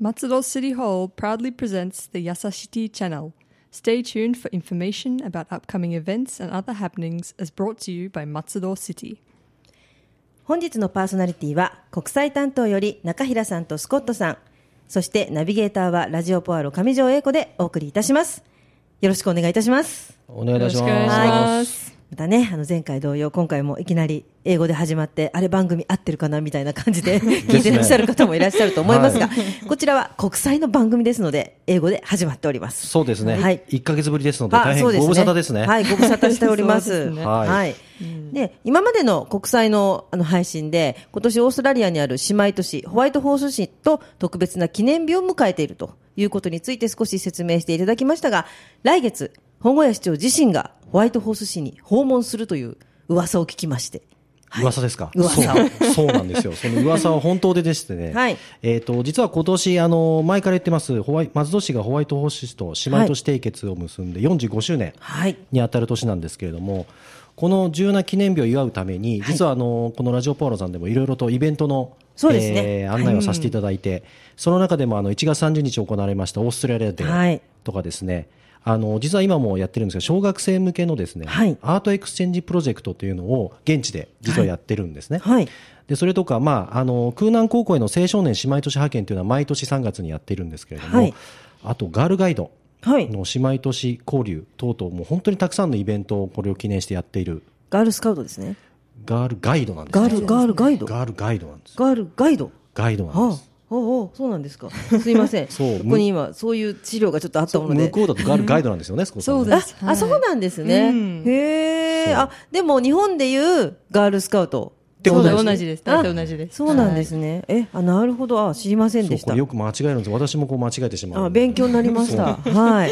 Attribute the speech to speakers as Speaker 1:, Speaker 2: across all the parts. Speaker 1: Matsudo City Hall proudly presents the Yasashiti Channel. Stay tuned for information about upcoming events and other happenings as brought to you by Matsudo City.
Speaker 2: 本日のパーソナリティは国際担当より中平さんとスコットさんそしてナビゲーターはラジオポアロ上条英子でお送りいたしますよろしくお願いいたします
Speaker 3: お願いいたします。
Speaker 1: す。
Speaker 2: またねあの前回同様今回もいきなり英語で始まってあれ番組合ってるかなみたいな感じ で聞いてらっしゃる方もいらっしゃると思いますが、こちらは国際の番組ですので英語で始まっております
Speaker 3: そうですね。
Speaker 2: はい
Speaker 3: 1ヶ月ぶりですので、
Speaker 2: あ
Speaker 3: 大変
Speaker 2: そう
Speaker 3: ご無沙汰ですね。
Speaker 2: はい、ご無沙汰しており ま
Speaker 1: そうです
Speaker 2: す。
Speaker 1: ね
Speaker 2: はい、
Speaker 3: は
Speaker 2: で、今までの国際のあの配信で、今年オーストラリアにある姉妹都市、ホワイトホース市と特別な記念日を迎えているということについて少し説明していただきましたが、来月、本郷谷市長自身がホワイトホース市に訪問するという噂を聞きまして。はい
Speaker 3: 噂ですか
Speaker 2: 噂を
Speaker 3: そうそうなんですよ。その噂は本当ででしてね。
Speaker 2: はい
Speaker 3: えっ、と、実は今年、あの、前から言ってます、ホワイ松戸市がホワイトホース市と姉妹都市締結を結んで45周年
Speaker 2: はい。
Speaker 3: にあたる年なんですけれども、この重要な記念日を祝うために、実はあの、このラジオポーロさんでもいろいろとイベントの
Speaker 2: そうですね
Speaker 3: えー案内をさせていただいて、その中でもあの1月30日行われましたオーストラリアで
Speaker 2: はい
Speaker 3: とかですね、あの実は今もやってるんですが小学生向けのですね、
Speaker 2: はい
Speaker 3: アートエクスチェンジプロジェクトというのを現地で実はやってるんですね。
Speaker 2: はい。
Speaker 3: でそれとか、まあ、あの空南高校への青少年姉妹都市派遣というのは毎年3月にやってるんですけれども、
Speaker 2: はい
Speaker 3: あとガールガイド
Speaker 2: はい。
Speaker 3: の姉妹都市交流等々もう本当にたくさんのイベントをこれを記念してやっている
Speaker 2: ガールスカウトですね。
Speaker 3: ガールガイドなんです
Speaker 2: ガ
Speaker 3: ね
Speaker 2: ール、ガールガイド。ガ
Speaker 3: ガールガイドなんです
Speaker 2: ールガイド。
Speaker 3: ガイドなん
Speaker 2: あ
Speaker 3: で
Speaker 2: あ
Speaker 3: す。
Speaker 2: おうおうそうなんですか。すいません。
Speaker 3: そう
Speaker 2: ここに今、そういう資料がちょっとあったもの
Speaker 3: 向
Speaker 2: で。
Speaker 3: こうだとガールガイドな んですよね、そこ
Speaker 1: そう
Speaker 3: ね
Speaker 1: で
Speaker 2: あ
Speaker 1: す、。
Speaker 2: あ、そうなんですね。
Speaker 1: うん
Speaker 2: へえ。あ、でも日本でいうガールスカウト。
Speaker 3: てことです
Speaker 1: そうだ同じです。大体同じです。。
Speaker 2: そうなんですすね。え、あ、なるほど。あ、知りません
Speaker 3: そ
Speaker 2: で
Speaker 3: う
Speaker 2: し
Speaker 3: こ
Speaker 2: た
Speaker 3: れ。よく間違えるんです私もこう間違えてしまう
Speaker 2: あ、勉強になりました。はい。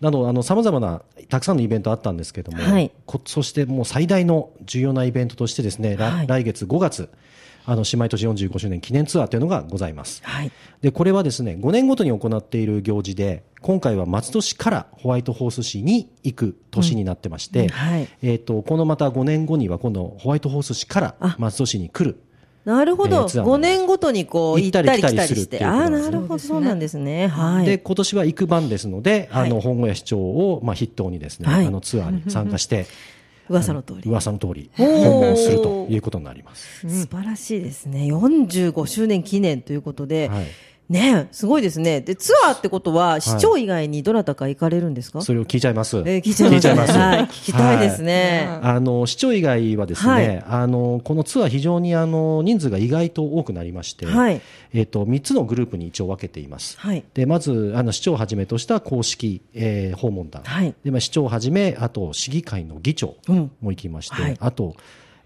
Speaker 3: などあのさまざまなたくさんのイベントあったんですけども、
Speaker 2: はい
Speaker 3: こそしてもう最大の重要なイベントとしてですね、ら
Speaker 2: はい
Speaker 3: 来月5月あの姉妹都市45周年記念ツアーというのがございます
Speaker 2: はい。
Speaker 3: でこれ はですね5年ごとに行っている行事で今回は松戸市からホワイトホース市に行く年になってまして、
Speaker 2: はい。
Speaker 3: えー、とこのまた5年後には今度ホワイトホース市から松戸市に来る
Speaker 2: なるほ
Speaker 3: え
Speaker 2: ど。
Speaker 3: ーツアー
Speaker 2: 5年ごとにこう、行
Speaker 3: 行
Speaker 2: っ
Speaker 3: ったた
Speaker 2: り来
Speaker 3: り
Speaker 2: たり
Speaker 3: 来たり
Speaker 2: し
Speaker 3: するって
Speaker 2: て。
Speaker 3: いうこと
Speaker 2: あ、
Speaker 3: なんで
Speaker 2: な
Speaker 3: すね
Speaker 2: るほど。そうなんですね。はい。
Speaker 3: で今年は行く番ですので、
Speaker 2: はい
Speaker 3: あの本郷屋市長を、まあ、筆頭にですね、
Speaker 2: はい
Speaker 3: あのツアーに参加して
Speaker 2: 噂の通り。
Speaker 3: 噂の通り
Speaker 2: お
Speaker 3: 訪
Speaker 2: ー
Speaker 3: 問するということになります。
Speaker 2: 素晴らしいですね。45周年記念ということで。
Speaker 3: はい
Speaker 2: ねえすごいですね。で、ツアーってことは、市長以外にどなたか行かれるんですか
Speaker 3: それを聞いちゃいます。
Speaker 2: えー聞いちゃいますね。はい。聞きたいです
Speaker 3: はい
Speaker 2: ね。
Speaker 3: あの市長以外はですね、
Speaker 2: はい
Speaker 3: あのこのツアー非常にあの人数が意外と多くなりまして、
Speaker 2: はい
Speaker 3: えっ、と三つのグループに一応分けています。
Speaker 2: はい。
Speaker 3: でまずあの市長をはじめとした公式、えー訪問団、
Speaker 2: はい
Speaker 3: でまあ、市長をはじめあと市議会の議長
Speaker 2: うん
Speaker 3: も行きまして、
Speaker 2: はい
Speaker 3: あと、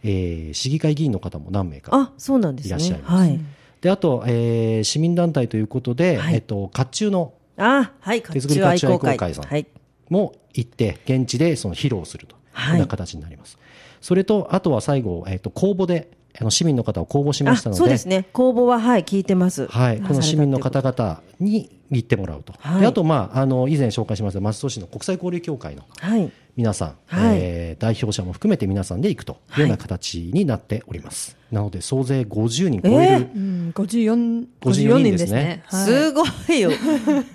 Speaker 3: えー市議会議員の方も何名か
Speaker 2: あ、そうなんですね。
Speaker 3: いらっしゃいます
Speaker 2: はい。
Speaker 3: であと、えー市民団体ということで、
Speaker 2: はい
Speaker 3: えっと甲冑の
Speaker 2: あ、はい。
Speaker 3: 手作り甲冑愛好会
Speaker 2: 甲冑はい。
Speaker 3: も行って現地でその披露すると
Speaker 2: はい
Speaker 3: こんな形になります、それとあとは最後、えっと公募であの市民の方を公募しま
Speaker 2: あ、
Speaker 3: したので
Speaker 2: そうですね。公募は、はい、聞いてます。
Speaker 3: はい、この市民の方
Speaker 2: が。
Speaker 3: 々に行ってもらうと、
Speaker 2: はい
Speaker 3: であと、まあ、あの以前紹介しました松戸市の国際交流協会の
Speaker 2: はい。
Speaker 3: 皆さん、
Speaker 2: はい
Speaker 3: えー代表者も含めて皆さんで行くというような形になっております、なので総勢50人超える
Speaker 1: うん、54、
Speaker 3: 54
Speaker 1: 54
Speaker 3: 人
Speaker 1: 人
Speaker 3: で
Speaker 1: ですす
Speaker 3: ね
Speaker 1: ね。
Speaker 2: すご いよ。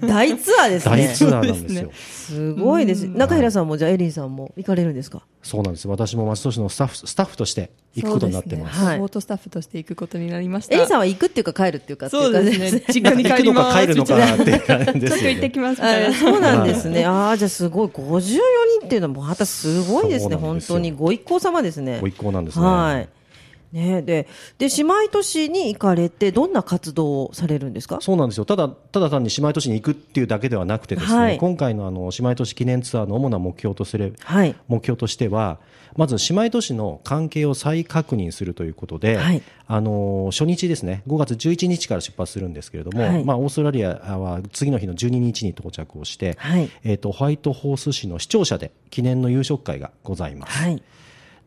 Speaker 2: 大ツアーですね。
Speaker 3: 大ツアーなんですよ。
Speaker 2: すごいです。中平さんも、じゃあ、エリンさんも行かれるんですか
Speaker 3: そうなんです。私も松戸市のスタッフ、スタッフとして行くことになってます。
Speaker 2: すはい
Speaker 1: はい。ートスタッフとして行くことになりました。
Speaker 2: エリンさんは行くっていうか、帰るっていうかってい
Speaker 1: そうう
Speaker 2: 感じ
Speaker 1: ですね。実家に帰ります。
Speaker 3: 行くのか帰るのかって感じ
Speaker 1: ち
Speaker 3: で
Speaker 1: ょっ
Speaker 3: す
Speaker 1: と
Speaker 3: よ
Speaker 1: 行って
Speaker 3: ね。
Speaker 1: きますみたい
Speaker 2: あ
Speaker 1: な。
Speaker 2: そうなんですね。ああ、じゃあすごい。54人っていうのもまたすごいですね。
Speaker 3: そうなん
Speaker 2: 本
Speaker 3: ですよ
Speaker 2: 当に。ご一行様ですね。
Speaker 3: ご一行なんですね
Speaker 2: はい。ねで、で、姉妹都市に行かれて、どんな活動をされるんですか
Speaker 3: そうなんですよ。ただ、ただ単に姉妹都市に行くっていうだけではなくてですね、
Speaker 2: はい
Speaker 3: 今回のあの姉妹都市記念ツアーの主な目標とする、
Speaker 2: はい。
Speaker 3: 目標としては、まず姉妹都市の関係を再確認するということで、
Speaker 2: はい
Speaker 3: あの初日ですね、5月11日から出発するんですけれども、
Speaker 2: はい
Speaker 3: まあ、オーストラリアは次の日の12日に到着をして、
Speaker 2: はい。
Speaker 3: えー、とホワイトホース市の市庁舎で記念の夕食会がございます。
Speaker 2: はい。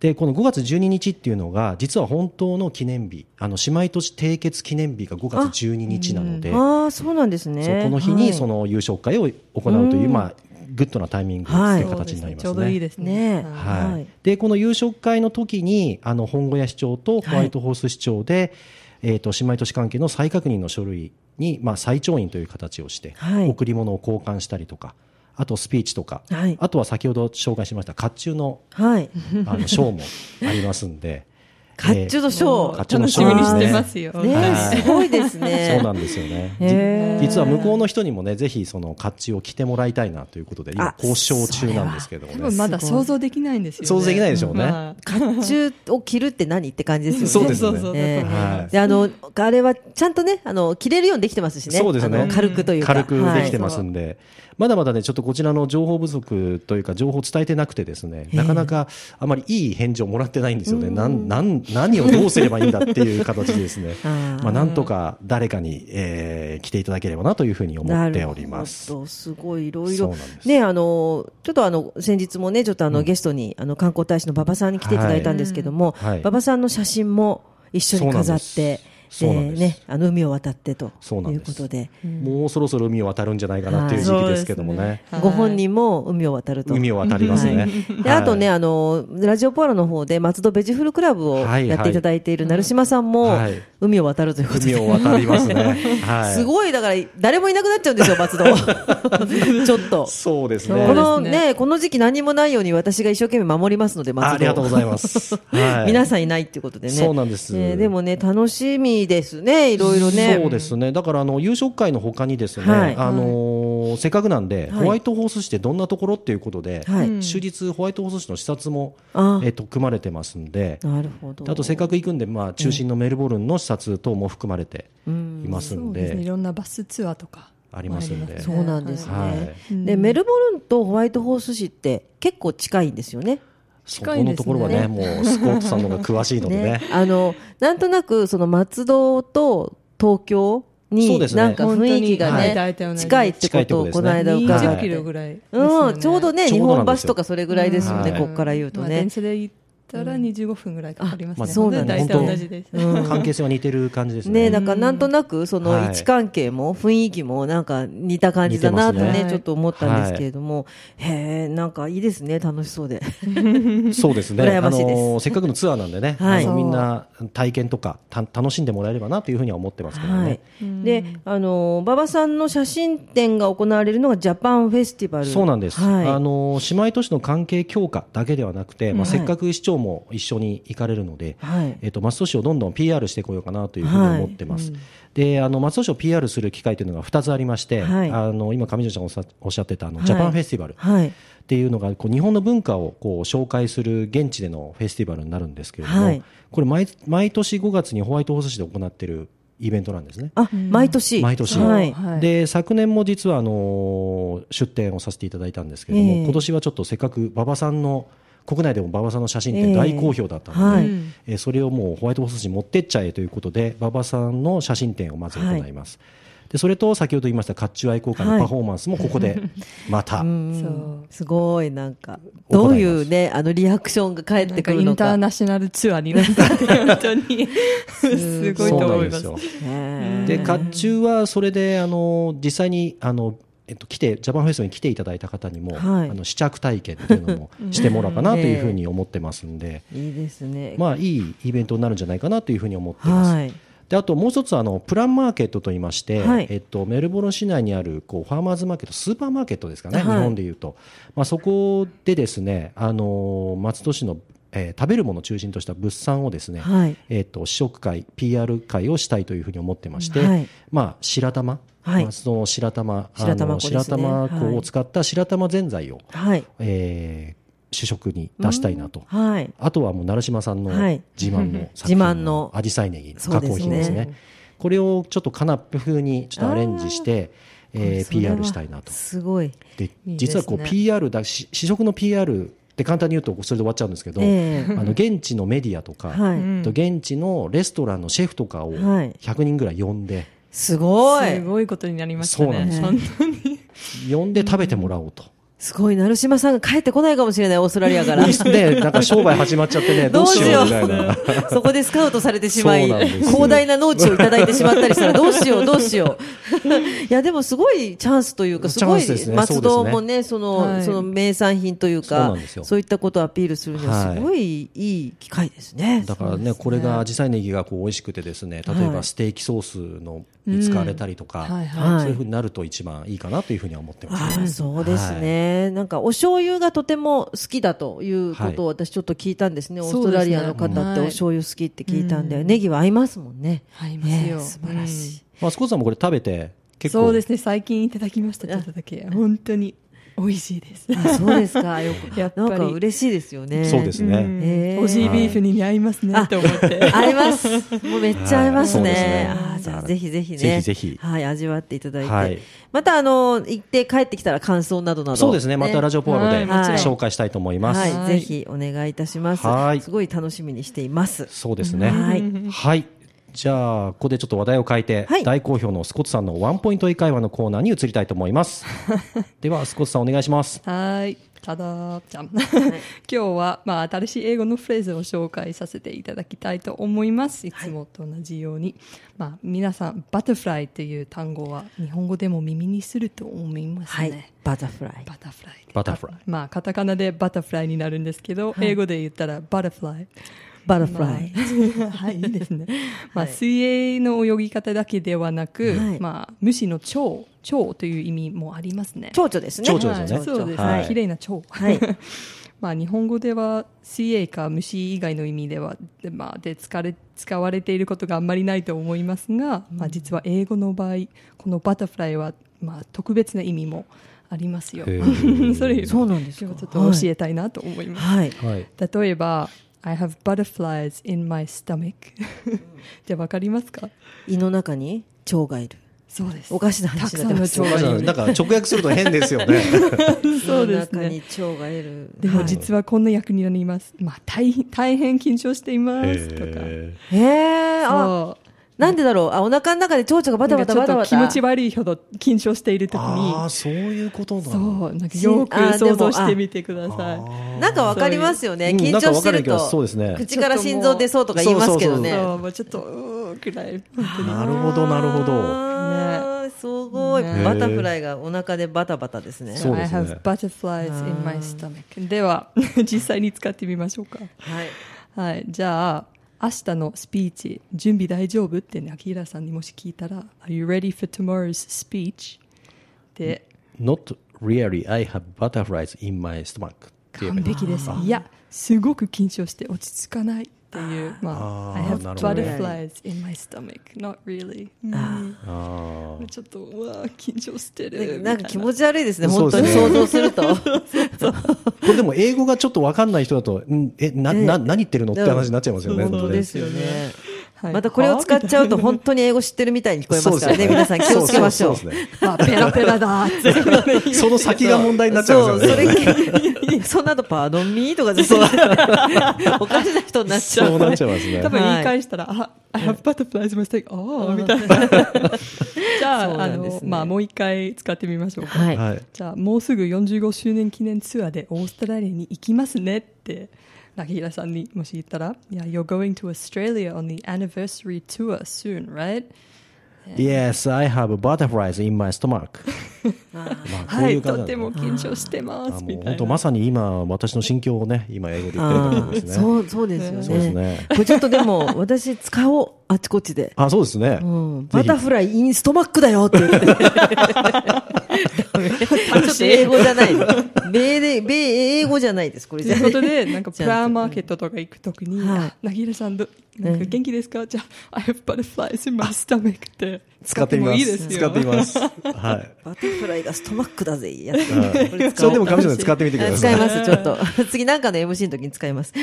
Speaker 3: でこの5月12日っていうのが実は本当の記念日あの姉妹都市締結記念日が5月12日なので、
Speaker 2: ああ、そうなんです
Speaker 3: そう
Speaker 2: ね。
Speaker 3: この日にそ
Speaker 2: の、
Speaker 3: の優勝会を行うという、
Speaker 2: うん
Speaker 3: まあ、グッドなタイミングと
Speaker 2: はいいう
Speaker 3: 形になります
Speaker 1: ち
Speaker 3: ね。
Speaker 1: ょうどいいですね。
Speaker 2: ねえ
Speaker 1: はい
Speaker 3: はい
Speaker 2: はい
Speaker 3: でこの夕食会の時にあの本郷屋市長とホワイトホース市長で、えー、と姉妹都市関係の再確認の書類に、まあ、再調印という形をして、
Speaker 2: はい
Speaker 3: 贈り物を交換したりとかあとスピーチとか、
Speaker 2: はい
Speaker 3: あとは先ほど紹介しました甲冑の
Speaker 2: はい。
Speaker 3: あの賞もありますんで
Speaker 2: 甲冑のショー。
Speaker 3: 甲冑のショ
Speaker 1: 楽
Speaker 3: ー
Speaker 1: しみにし
Speaker 3: です
Speaker 1: てま
Speaker 3: ね
Speaker 1: すよ。
Speaker 2: ね
Speaker 1: はい
Speaker 3: は
Speaker 2: え、
Speaker 3: い
Speaker 2: すごいですね。
Speaker 3: そうなんですよね。じ
Speaker 2: へー
Speaker 3: 実は向こうの人にもね、ぜひその甲冑を着てもらいたいなということで、今
Speaker 2: あ
Speaker 3: 交渉中なんですけども
Speaker 1: 多
Speaker 3: ね
Speaker 1: 分。まだ想像できないんですよね。
Speaker 3: 想像できないでしょうね
Speaker 1: は
Speaker 2: 甲冑を着るって何って感じですよね。
Speaker 3: そうですね
Speaker 1: そうそうそう
Speaker 2: ね
Speaker 1: だと思います
Speaker 3: はい
Speaker 2: であのあれはちゃんとねあの着れるようにできてますしね。
Speaker 3: そうですね
Speaker 2: あの軽くというか
Speaker 3: 軽くできて
Speaker 2: は、
Speaker 3: ますんで、まだまだね、ちょっとこちらの情報不足というか、情報を伝えてなくてですね、なかなかあまりいい返事をもらってないんですよね。なん、なん、何をどうすればいいんだっていう形でですね
Speaker 2: あー
Speaker 3: まあ、なんとか誰かに、えー来ていただければなというふうに
Speaker 2: い
Speaker 3: 思っております
Speaker 2: なる。ほどすごいいろい
Speaker 3: そう
Speaker 2: ろ
Speaker 3: なんです
Speaker 2: ねあのちょっとあの先日もねちょっとあの、ゲストにあの観光大使の馬場さんに来ていただいたんですけども、
Speaker 3: はいはい
Speaker 2: 馬場さんの写真も一緒に飾って
Speaker 3: そうなんですそうなんです
Speaker 2: ねあの海を渡ってと
Speaker 3: そうないん
Speaker 2: う
Speaker 3: で
Speaker 2: こ
Speaker 3: す
Speaker 2: とで
Speaker 3: もうそろそろ海を渡るんじゃないかなっていう時期ですけどもね。
Speaker 1: はい
Speaker 2: ご本人も海を渡ると。
Speaker 3: 海を渡りますね。
Speaker 2: で、あとね、あの、ラジオポアロの方で、松戸ベジフルクラブを
Speaker 3: はい
Speaker 2: やっていただいている成島さんも
Speaker 3: はい、
Speaker 2: 海を渡るということで。
Speaker 3: 海を渡りますね。は い。
Speaker 2: すごい、だから、誰もいなくなっちゃうんですよ、松 戸。ちょっと。
Speaker 3: そうです
Speaker 1: そ
Speaker 2: こ
Speaker 1: うです
Speaker 3: ね。
Speaker 2: のね、この時期何もないように私が一生懸命守りますので、松戸を
Speaker 3: ありがとうござい ます。はい。
Speaker 2: 皆さんいないってことでね。
Speaker 3: そうなんです
Speaker 2: ねでもね、楽しみですね、いろいろね。
Speaker 3: そうですね。だからあの夕食会の他にですね、
Speaker 2: はい
Speaker 3: あのーせっかくなん
Speaker 2: は
Speaker 3: で、
Speaker 2: い
Speaker 3: ホワイトホース市ってどんなところっていうことで、
Speaker 2: はい
Speaker 3: 終日ホワイトホース市の視察も
Speaker 2: あ
Speaker 3: えっと組まれてますんで。
Speaker 2: なるほど。
Speaker 3: あとせっかく行くんで、まあ、中心のメルボルンの視察等も含まれています
Speaker 1: そ
Speaker 3: ん
Speaker 1: うです
Speaker 3: で、
Speaker 1: ね。いろんなバスツアーとか
Speaker 3: ありますんで
Speaker 1: もあり
Speaker 2: そうなんですね、
Speaker 3: は
Speaker 2: でメルボルンとホワイトホース市って結構近いんですよね。
Speaker 3: そ
Speaker 1: 近
Speaker 3: こ
Speaker 1: いん
Speaker 3: の
Speaker 1: ですね
Speaker 3: ところはねもうスコットさんの方が詳しいのでね
Speaker 2: ねあのなんとなくその松戸と東京
Speaker 3: そう
Speaker 2: に
Speaker 3: ですね
Speaker 2: なんか雰囲気が
Speaker 1: 本当
Speaker 2: ね
Speaker 1: にはい大体同じ
Speaker 2: 近いって
Speaker 3: 近
Speaker 2: こ
Speaker 3: いって
Speaker 2: と
Speaker 3: こ
Speaker 2: を
Speaker 3: とで
Speaker 2: こ
Speaker 3: す
Speaker 2: の
Speaker 3: ね
Speaker 2: 間
Speaker 3: うん
Speaker 2: 伺
Speaker 1: 20
Speaker 2: っ
Speaker 1: キ
Speaker 2: て、
Speaker 1: ロぐらいですよ
Speaker 2: うん、ちょうどね
Speaker 3: ちょ
Speaker 2: 日
Speaker 3: うどな
Speaker 2: 本
Speaker 3: んで
Speaker 2: 橋
Speaker 3: すよ
Speaker 2: とかそれぐらいですよね、
Speaker 3: うん
Speaker 2: ここから言うと
Speaker 1: まあ
Speaker 2: ね
Speaker 1: 電。車で行ったら25分ぐらいかかりますね。
Speaker 3: まあ
Speaker 2: そうなんだ
Speaker 1: 大体同じです。
Speaker 3: 関係性は似てる感じですね。
Speaker 2: ね、だからなんとなくその
Speaker 3: はい
Speaker 2: 位置関係も雰囲気もなんか似た感じだなと
Speaker 3: 似て
Speaker 1: ます
Speaker 2: ね
Speaker 1: ね
Speaker 2: ちょっと思ったんですけれども、へえなんかいいですね楽しそうで
Speaker 3: そうですね。
Speaker 2: 羨ま
Speaker 3: あ
Speaker 2: しいです
Speaker 3: のせっかくのツアーなんでね、
Speaker 2: はい
Speaker 3: あのみんな体験とかた楽しんでもらえればなというふうには思ってますけどね。
Speaker 2: はい、で、あの馬場さんの写真展が行われるのがジャパンフェスティバル。
Speaker 3: そうなんです、
Speaker 2: はい、
Speaker 3: あの姉妹都市の関係強化だけではなくて、ま
Speaker 2: は
Speaker 3: あ、
Speaker 2: い
Speaker 3: せっかく市長も一緒に行かれるので、
Speaker 2: はい
Speaker 3: えっと松戸市をどんどん PR してこようかなというふうに思ってます、であの松戸市を PR する機会というのが2つありまして、
Speaker 2: はい
Speaker 3: あの今上条さんがおっしゃおっしゃってたあの、
Speaker 2: はい
Speaker 3: ジャパンフェスティバル
Speaker 2: はい、
Speaker 3: っていうのがこう日本の文化をこう紹介する現地でのフェスティバルになるんですけれども、
Speaker 2: はい
Speaker 3: これ毎毎年5月にホワイトホース市で行っているイベントなんですね。
Speaker 2: あ、毎年。
Speaker 3: 毎年
Speaker 2: はい。
Speaker 1: はい
Speaker 3: で昨年も実はあのー出展をさせていただいたんですけれども、
Speaker 2: ええ
Speaker 3: 今年はちょっとせっかく馬場さんの国内でも馬場さんの写真
Speaker 2: え
Speaker 3: 展
Speaker 2: え
Speaker 3: 大好評だったので、
Speaker 2: はい
Speaker 1: うん
Speaker 3: えーそれをもうホワイトホース市に持ってっちゃえということで馬場さんの写真展をまず行います、でそれと先ほど言いました甲冑愛好家のパフォーマンスもここでまた、
Speaker 1: そう。
Speaker 2: すごい、なんか、どういうね、あのリアクションが返っ
Speaker 1: な
Speaker 2: て
Speaker 1: ん
Speaker 2: く
Speaker 1: か
Speaker 2: る
Speaker 1: イ
Speaker 2: の
Speaker 1: ンター
Speaker 2: か。
Speaker 1: ナショナルツアーになったって本当 にすごいと
Speaker 3: そうな
Speaker 1: 思
Speaker 3: ん
Speaker 1: い
Speaker 3: で
Speaker 1: ますす。
Speaker 3: よ
Speaker 2: ね
Speaker 3: で甲冑はそれであの実際にあの、えっと、来てジャパンフェスに来ていただいた方にも、
Speaker 2: はい
Speaker 3: あの試着体験っていうのもしてもらおうかなというふうに思ってますんで、
Speaker 2: いいですね。
Speaker 3: まあ、いいイベントになるんじゃないかなというふうに思ってます。
Speaker 2: はい。
Speaker 3: であともう一つあのプランマーケットといいまして、
Speaker 2: はい
Speaker 3: えっと、メルボルン市内にあるこうファーマーズマーケットスーパーマーケットですかね、
Speaker 2: はい
Speaker 3: 日本でいうと、まあ、そこでですね、あのー松戸市の、えー食べるものを中心とした物産をですね、
Speaker 2: はい
Speaker 3: えっと試食会 PR 会をしたいというふうに思ってまして、
Speaker 2: はい
Speaker 3: まあ、白玉、
Speaker 2: はい
Speaker 3: 松戸の白玉
Speaker 2: 白玉粉
Speaker 3: あの
Speaker 2: ですね
Speaker 3: 白玉粉を使った白玉ぜんざいを、
Speaker 2: はい。
Speaker 3: えー主食に出したいなと。
Speaker 2: はい。
Speaker 3: あとはもう成島さんの
Speaker 2: はい
Speaker 3: 自慢 の作
Speaker 2: 自
Speaker 3: 品
Speaker 2: 慢の
Speaker 3: のアジサイネギ
Speaker 2: そう
Speaker 3: 加
Speaker 2: ですね
Speaker 3: 工品ですね。これをちょっとカナッペ風にちょっとアレンジして、えー
Speaker 2: それは
Speaker 3: PR したいなと。
Speaker 2: すごい。
Speaker 3: で
Speaker 1: いいですね
Speaker 3: 実はこう PR だし試食の PR って簡単に言うとそれで終わっちゃうんですけど、
Speaker 2: ええ
Speaker 3: あの現地のメディアとか、
Speaker 2: は
Speaker 1: う
Speaker 2: い。
Speaker 1: ん
Speaker 3: と現地のレストランのシェフとかを
Speaker 2: はい
Speaker 3: 100人ぐらい呼んで、
Speaker 2: すごい。
Speaker 1: すごいことになりました
Speaker 3: そうなんで
Speaker 1: ね。
Speaker 3: す
Speaker 1: 本当に
Speaker 3: 呼んで食べてもらおうと。
Speaker 2: すごい、成島さんが帰ってこないかもしれない、オーストラリアから。
Speaker 3: ね、なんか商売始まっちゃってね、ど
Speaker 2: ど
Speaker 3: う
Speaker 2: う
Speaker 3: し
Speaker 2: し
Speaker 3: よ
Speaker 2: よ
Speaker 3: う
Speaker 2: う
Speaker 3: みたいな。
Speaker 2: そこでスカウトされてしまい
Speaker 3: そうなんですよ
Speaker 2: 広大な農地をいただいてしまったりしたらどうし ようどうしよう いやでもすごいチャンスというかすごい
Speaker 3: チャンスですね
Speaker 2: 松戸もねその
Speaker 1: はい
Speaker 2: その名産品という
Speaker 3: そうな
Speaker 2: か
Speaker 3: んですよ
Speaker 2: そういったことをアピールするには
Speaker 3: はい
Speaker 2: すごいいい機会ですね
Speaker 3: だからね、これが紫陽花ネギがこう美味しくてですね、例え
Speaker 2: は
Speaker 3: ば
Speaker 2: い
Speaker 3: ステーキソースのに使われたりとか、
Speaker 1: うんはい
Speaker 2: はい
Speaker 3: そういうふうになると一番いいかなというふうには思ってます。
Speaker 2: ああそうですね、なんかお醤油がとても好きだということを私ちょっと聞いたんですね、オーストラリアの
Speaker 1: そうですね
Speaker 2: 方っ
Speaker 1: は
Speaker 2: てお
Speaker 1: い
Speaker 2: 醤油好きって聞いたんで、ネギは合いますもんね
Speaker 1: 合いますよ
Speaker 2: ね素晴らしい、
Speaker 3: まあ、スコッツさんもこれ食べて、結構。
Speaker 1: そうですね最近いただきましたちょっとだ け本当に美味しいです
Speaker 2: あそうです か。よく。
Speaker 1: やっぱり
Speaker 2: なんか嬉しいですよね。
Speaker 3: そうですね
Speaker 1: うん
Speaker 2: へー
Speaker 1: オジービーフに合いますね
Speaker 2: はい
Speaker 1: と思って
Speaker 2: 合います。もうめっちゃ合いますね。
Speaker 3: はいそうですね
Speaker 2: あーじゃあぜひぜひね。
Speaker 3: ぜひぜひ
Speaker 2: はい、味わっていただいて。
Speaker 3: はい
Speaker 2: また、あの、行って帰ってきたら感想などなど。
Speaker 3: そうですね。またラジオポアロ
Speaker 1: は
Speaker 3: で
Speaker 1: い
Speaker 2: もちろん
Speaker 3: 紹介したいと思います。
Speaker 2: はい、
Speaker 1: はい
Speaker 2: ぜひお願いいたします。
Speaker 3: はい
Speaker 2: すごい楽しみにしています。
Speaker 3: そうですね。
Speaker 2: はい
Speaker 3: はい。じゃあ、ここでちょっと話題を変えて、
Speaker 2: はい
Speaker 3: 大好評のスコッツさんのワンポイント英会話のコーナーに移りたいと思います。では、スコッツさんお願いします。
Speaker 1: はい。ただじゃん。 今日は、まあ、新しい英語のフレーズを紹介させていただきたいと思います。いつもと同じように。まあ、皆さん、バタフライという単語は日本語でも耳にすると思います
Speaker 2: は
Speaker 1: ね。
Speaker 2: い、バタフライ。
Speaker 1: バタフライ。
Speaker 3: バタフライ
Speaker 1: まあ、カタカナでバタフライになるんですけど、英語で言ったらバタフライ。
Speaker 2: バタフライ。
Speaker 1: まあ はい、いいですね。まあ、水泳の泳ぎ方だけではなく、
Speaker 2: はい
Speaker 1: まあ、無視の蝶、蝶という意味もありますね。
Speaker 2: 蝶々ですね。
Speaker 3: 蝶々ですよね
Speaker 1: はいそうです
Speaker 3: はい
Speaker 1: ね。綺麗な蝶。
Speaker 2: はい
Speaker 1: まあ日本語では水泳か虫以外の意味ではでまあで使れ使われていることがあんまりないと思いますが、まあ実は英語の場合このバタフライはまあ特別な意味もありますよ
Speaker 3: へ。ー
Speaker 1: それ
Speaker 2: そうなんです
Speaker 1: 今
Speaker 2: か
Speaker 1: 日ちょっと教えたいなと思います。
Speaker 2: はい。
Speaker 3: はい。
Speaker 1: 例えば I have butterflies in my stomach じゃあわかりますか？
Speaker 2: 胃の中に蝶がいる。
Speaker 1: そうです。
Speaker 2: おかしな話
Speaker 1: た
Speaker 2: に
Speaker 1: く
Speaker 2: なっ
Speaker 1: さ
Speaker 2: て
Speaker 1: ん
Speaker 2: ま
Speaker 1: の
Speaker 2: す
Speaker 1: 蝶がいる
Speaker 3: なんか直訳すると変ですよね。
Speaker 1: そうですね
Speaker 2: 胃の中に蝶がいる。
Speaker 1: でも
Speaker 2: はい
Speaker 1: 実はこんな役になります。まあ大変大変緊張していますとか。
Speaker 2: へえ、あ、
Speaker 1: そう
Speaker 2: なんでだろう。あ、お腹の中で蝶々がバタバタ
Speaker 1: なん
Speaker 2: バ
Speaker 1: か
Speaker 2: タ
Speaker 1: ちょ
Speaker 2: バ
Speaker 1: っと
Speaker 2: タ。
Speaker 1: 気持ち悪いほど緊張しているとき
Speaker 3: あ
Speaker 1: に
Speaker 3: あ、そういうことなの。
Speaker 1: そうなんかよ
Speaker 2: あ
Speaker 1: く
Speaker 2: でも
Speaker 1: 想像してみてください
Speaker 2: なんかわかりますよね。
Speaker 3: そういう
Speaker 2: 緊張してる
Speaker 3: うんなんかわかる気が
Speaker 2: と、
Speaker 3: そうですね
Speaker 2: 口から心臓出そうとか言いますけどね。
Speaker 1: そうもうちょっとうーくらい本当に
Speaker 3: なるほど、なるほど。
Speaker 2: あーすごい、
Speaker 1: ね
Speaker 2: バタフライがお腹でバタバタですね。
Speaker 3: そうですね
Speaker 1: I have butterflies in my stomach では 実際に使ってみましょうか
Speaker 2: はい。
Speaker 1: はいじゃあ明日のスピーチ準備大丈夫ってねアキラさんにもし聞いたら Are you ready for tomorrow's speech? で
Speaker 3: Not really, I have butterflies in my stomach. って言えば
Speaker 1: 完
Speaker 3: いい
Speaker 1: 璧です。いや、すごく緊張して落ち着かないっていう、まあ、
Speaker 3: あー
Speaker 1: I
Speaker 3: な
Speaker 1: have
Speaker 3: るほど
Speaker 1: butterflies in my stomach, not really.
Speaker 3: あ
Speaker 1: うんちょっと、うわー緊張してるみたい
Speaker 2: なんか気持ち悪いですね、
Speaker 3: そ
Speaker 2: 本
Speaker 3: う
Speaker 2: 当
Speaker 3: です
Speaker 2: に
Speaker 3: ね
Speaker 2: 想像すると。
Speaker 3: ーこれでも英語がちょっとわかんない人だと、んえ、な、な、何言ってるのって話になっちゃいますよね。
Speaker 2: 本当ですよね。
Speaker 1: はい
Speaker 2: またこれを使っちゃうと本当に英語知ってるみたいに聞こえますからね、皆さん気をつけましょう。
Speaker 3: そうですね
Speaker 1: あペラペラだーって。
Speaker 3: その先が問題になっちゃいますよね。
Speaker 2: そうそれそんなのパードンミーとかでそうおかしな人になっちゃう。
Speaker 3: そうなっちゃいますね
Speaker 1: 多分言い返したら、あ、I have butterflies in my stomach, あーみた いな。じゃ
Speaker 2: そう
Speaker 1: あ、あ
Speaker 2: なんですね
Speaker 1: の、まあ、もう一回使ってみましょうか。
Speaker 2: はい。
Speaker 3: はい。
Speaker 1: じゃあもうすぐ45周年記念ツアーでオーストラリアに行きますねって中平さんにもし言ったら「Yeah, you're going to Australia on the anniversary tour soon, right?」
Speaker 3: Yes, I have butterflies in my stomach. まあこ
Speaker 1: は
Speaker 3: うい
Speaker 1: いう
Speaker 3: 感
Speaker 1: と
Speaker 3: じなん
Speaker 1: て
Speaker 3: だ
Speaker 1: も緊張してま
Speaker 3: あ
Speaker 1: す
Speaker 3: も
Speaker 1: み
Speaker 3: う
Speaker 1: た
Speaker 3: 本
Speaker 1: い
Speaker 3: 当
Speaker 1: な
Speaker 3: まさに今私の心境をね今英語で言ってるところですね。
Speaker 2: そう、そうですよね。
Speaker 3: そうですね
Speaker 2: これちょっとでも、 私使おう、あちこちで。
Speaker 3: あそうですね。
Speaker 2: うん
Speaker 3: ぜ
Speaker 2: バ
Speaker 3: ひ
Speaker 2: タフライインストマックだよって言って。ダメちょっと英語じゃない。米で、米英語じゃないです、これ
Speaker 1: と
Speaker 2: じゃ
Speaker 1: いうことで、なんかプラーマーケットとか行くときに、
Speaker 2: はい
Speaker 1: あなぎらさんど、なんか元気ですか、じゃあ、I have butterflies in my stomach って
Speaker 3: 使ってみます。
Speaker 1: もいいですよ。
Speaker 3: 使ってみます。はい。
Speaker 2: バタフライがストマックだぜ、やって
Speaker 3: はい
Speaker 2: これ使
Speaker 3: そ
Speaker 2: お
Speaker 3: れ
Speaker 2: う
Speaker 3: でも神様使ってみてくだ
Speaker 2: 使
Speaker 3: さ
Speaker 2: い
Speaker 3: い。
Speaker 2: ます、ちょっと。次なんかの MC の時に使います。え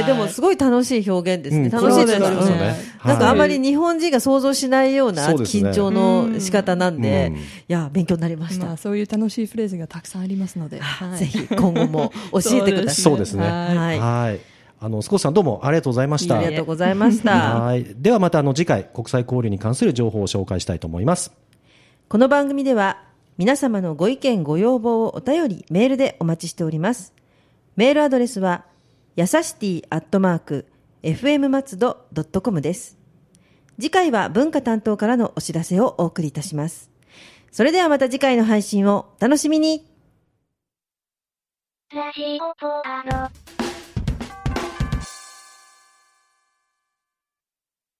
Speaker 2: ーでもすごい楽しい表現ですね。
Speaker 3: うん
Speaker 2: 楽しいというか
Speaker 1: そう
Speaker 2: う
Speaker 1: です
Speaker 2: ん
Speaker 1: ね
Speaker 3: はい
Speaker 2: なんかあまり日本人が想像しないような
Speaker 3: そうですね
Speaker 2: 緊張の仕方なんで
Speaker 3: うん、
Speaker 2: いや、勉強になりました
Speaker 1: まあ、。そういう楽しいフレーズがたくさんありますので、はい
Speaker 2: ぜひ今後も教えてください。
Speaker 3: そうですね。
Speaker 2: は
Speaker 3: はいい。あのスコッツさんどうもありがとうございました。
Speaker 2: ありがとうございました。
Speaker 3: はい。ではまたあの次回国際交流に関する情報を紹介したいと思います。
Speaker 2: この番組では皆様のご意見、ご要望をお便り、メールでお待ちしております。メールアドレスは、やさしティアットマーク、fm 松戸 .com です。次回は文化担当からのお知らせをお送りいたします。それではまた次回の配信をお楽しみに
Speaker 4: ラジオポアド。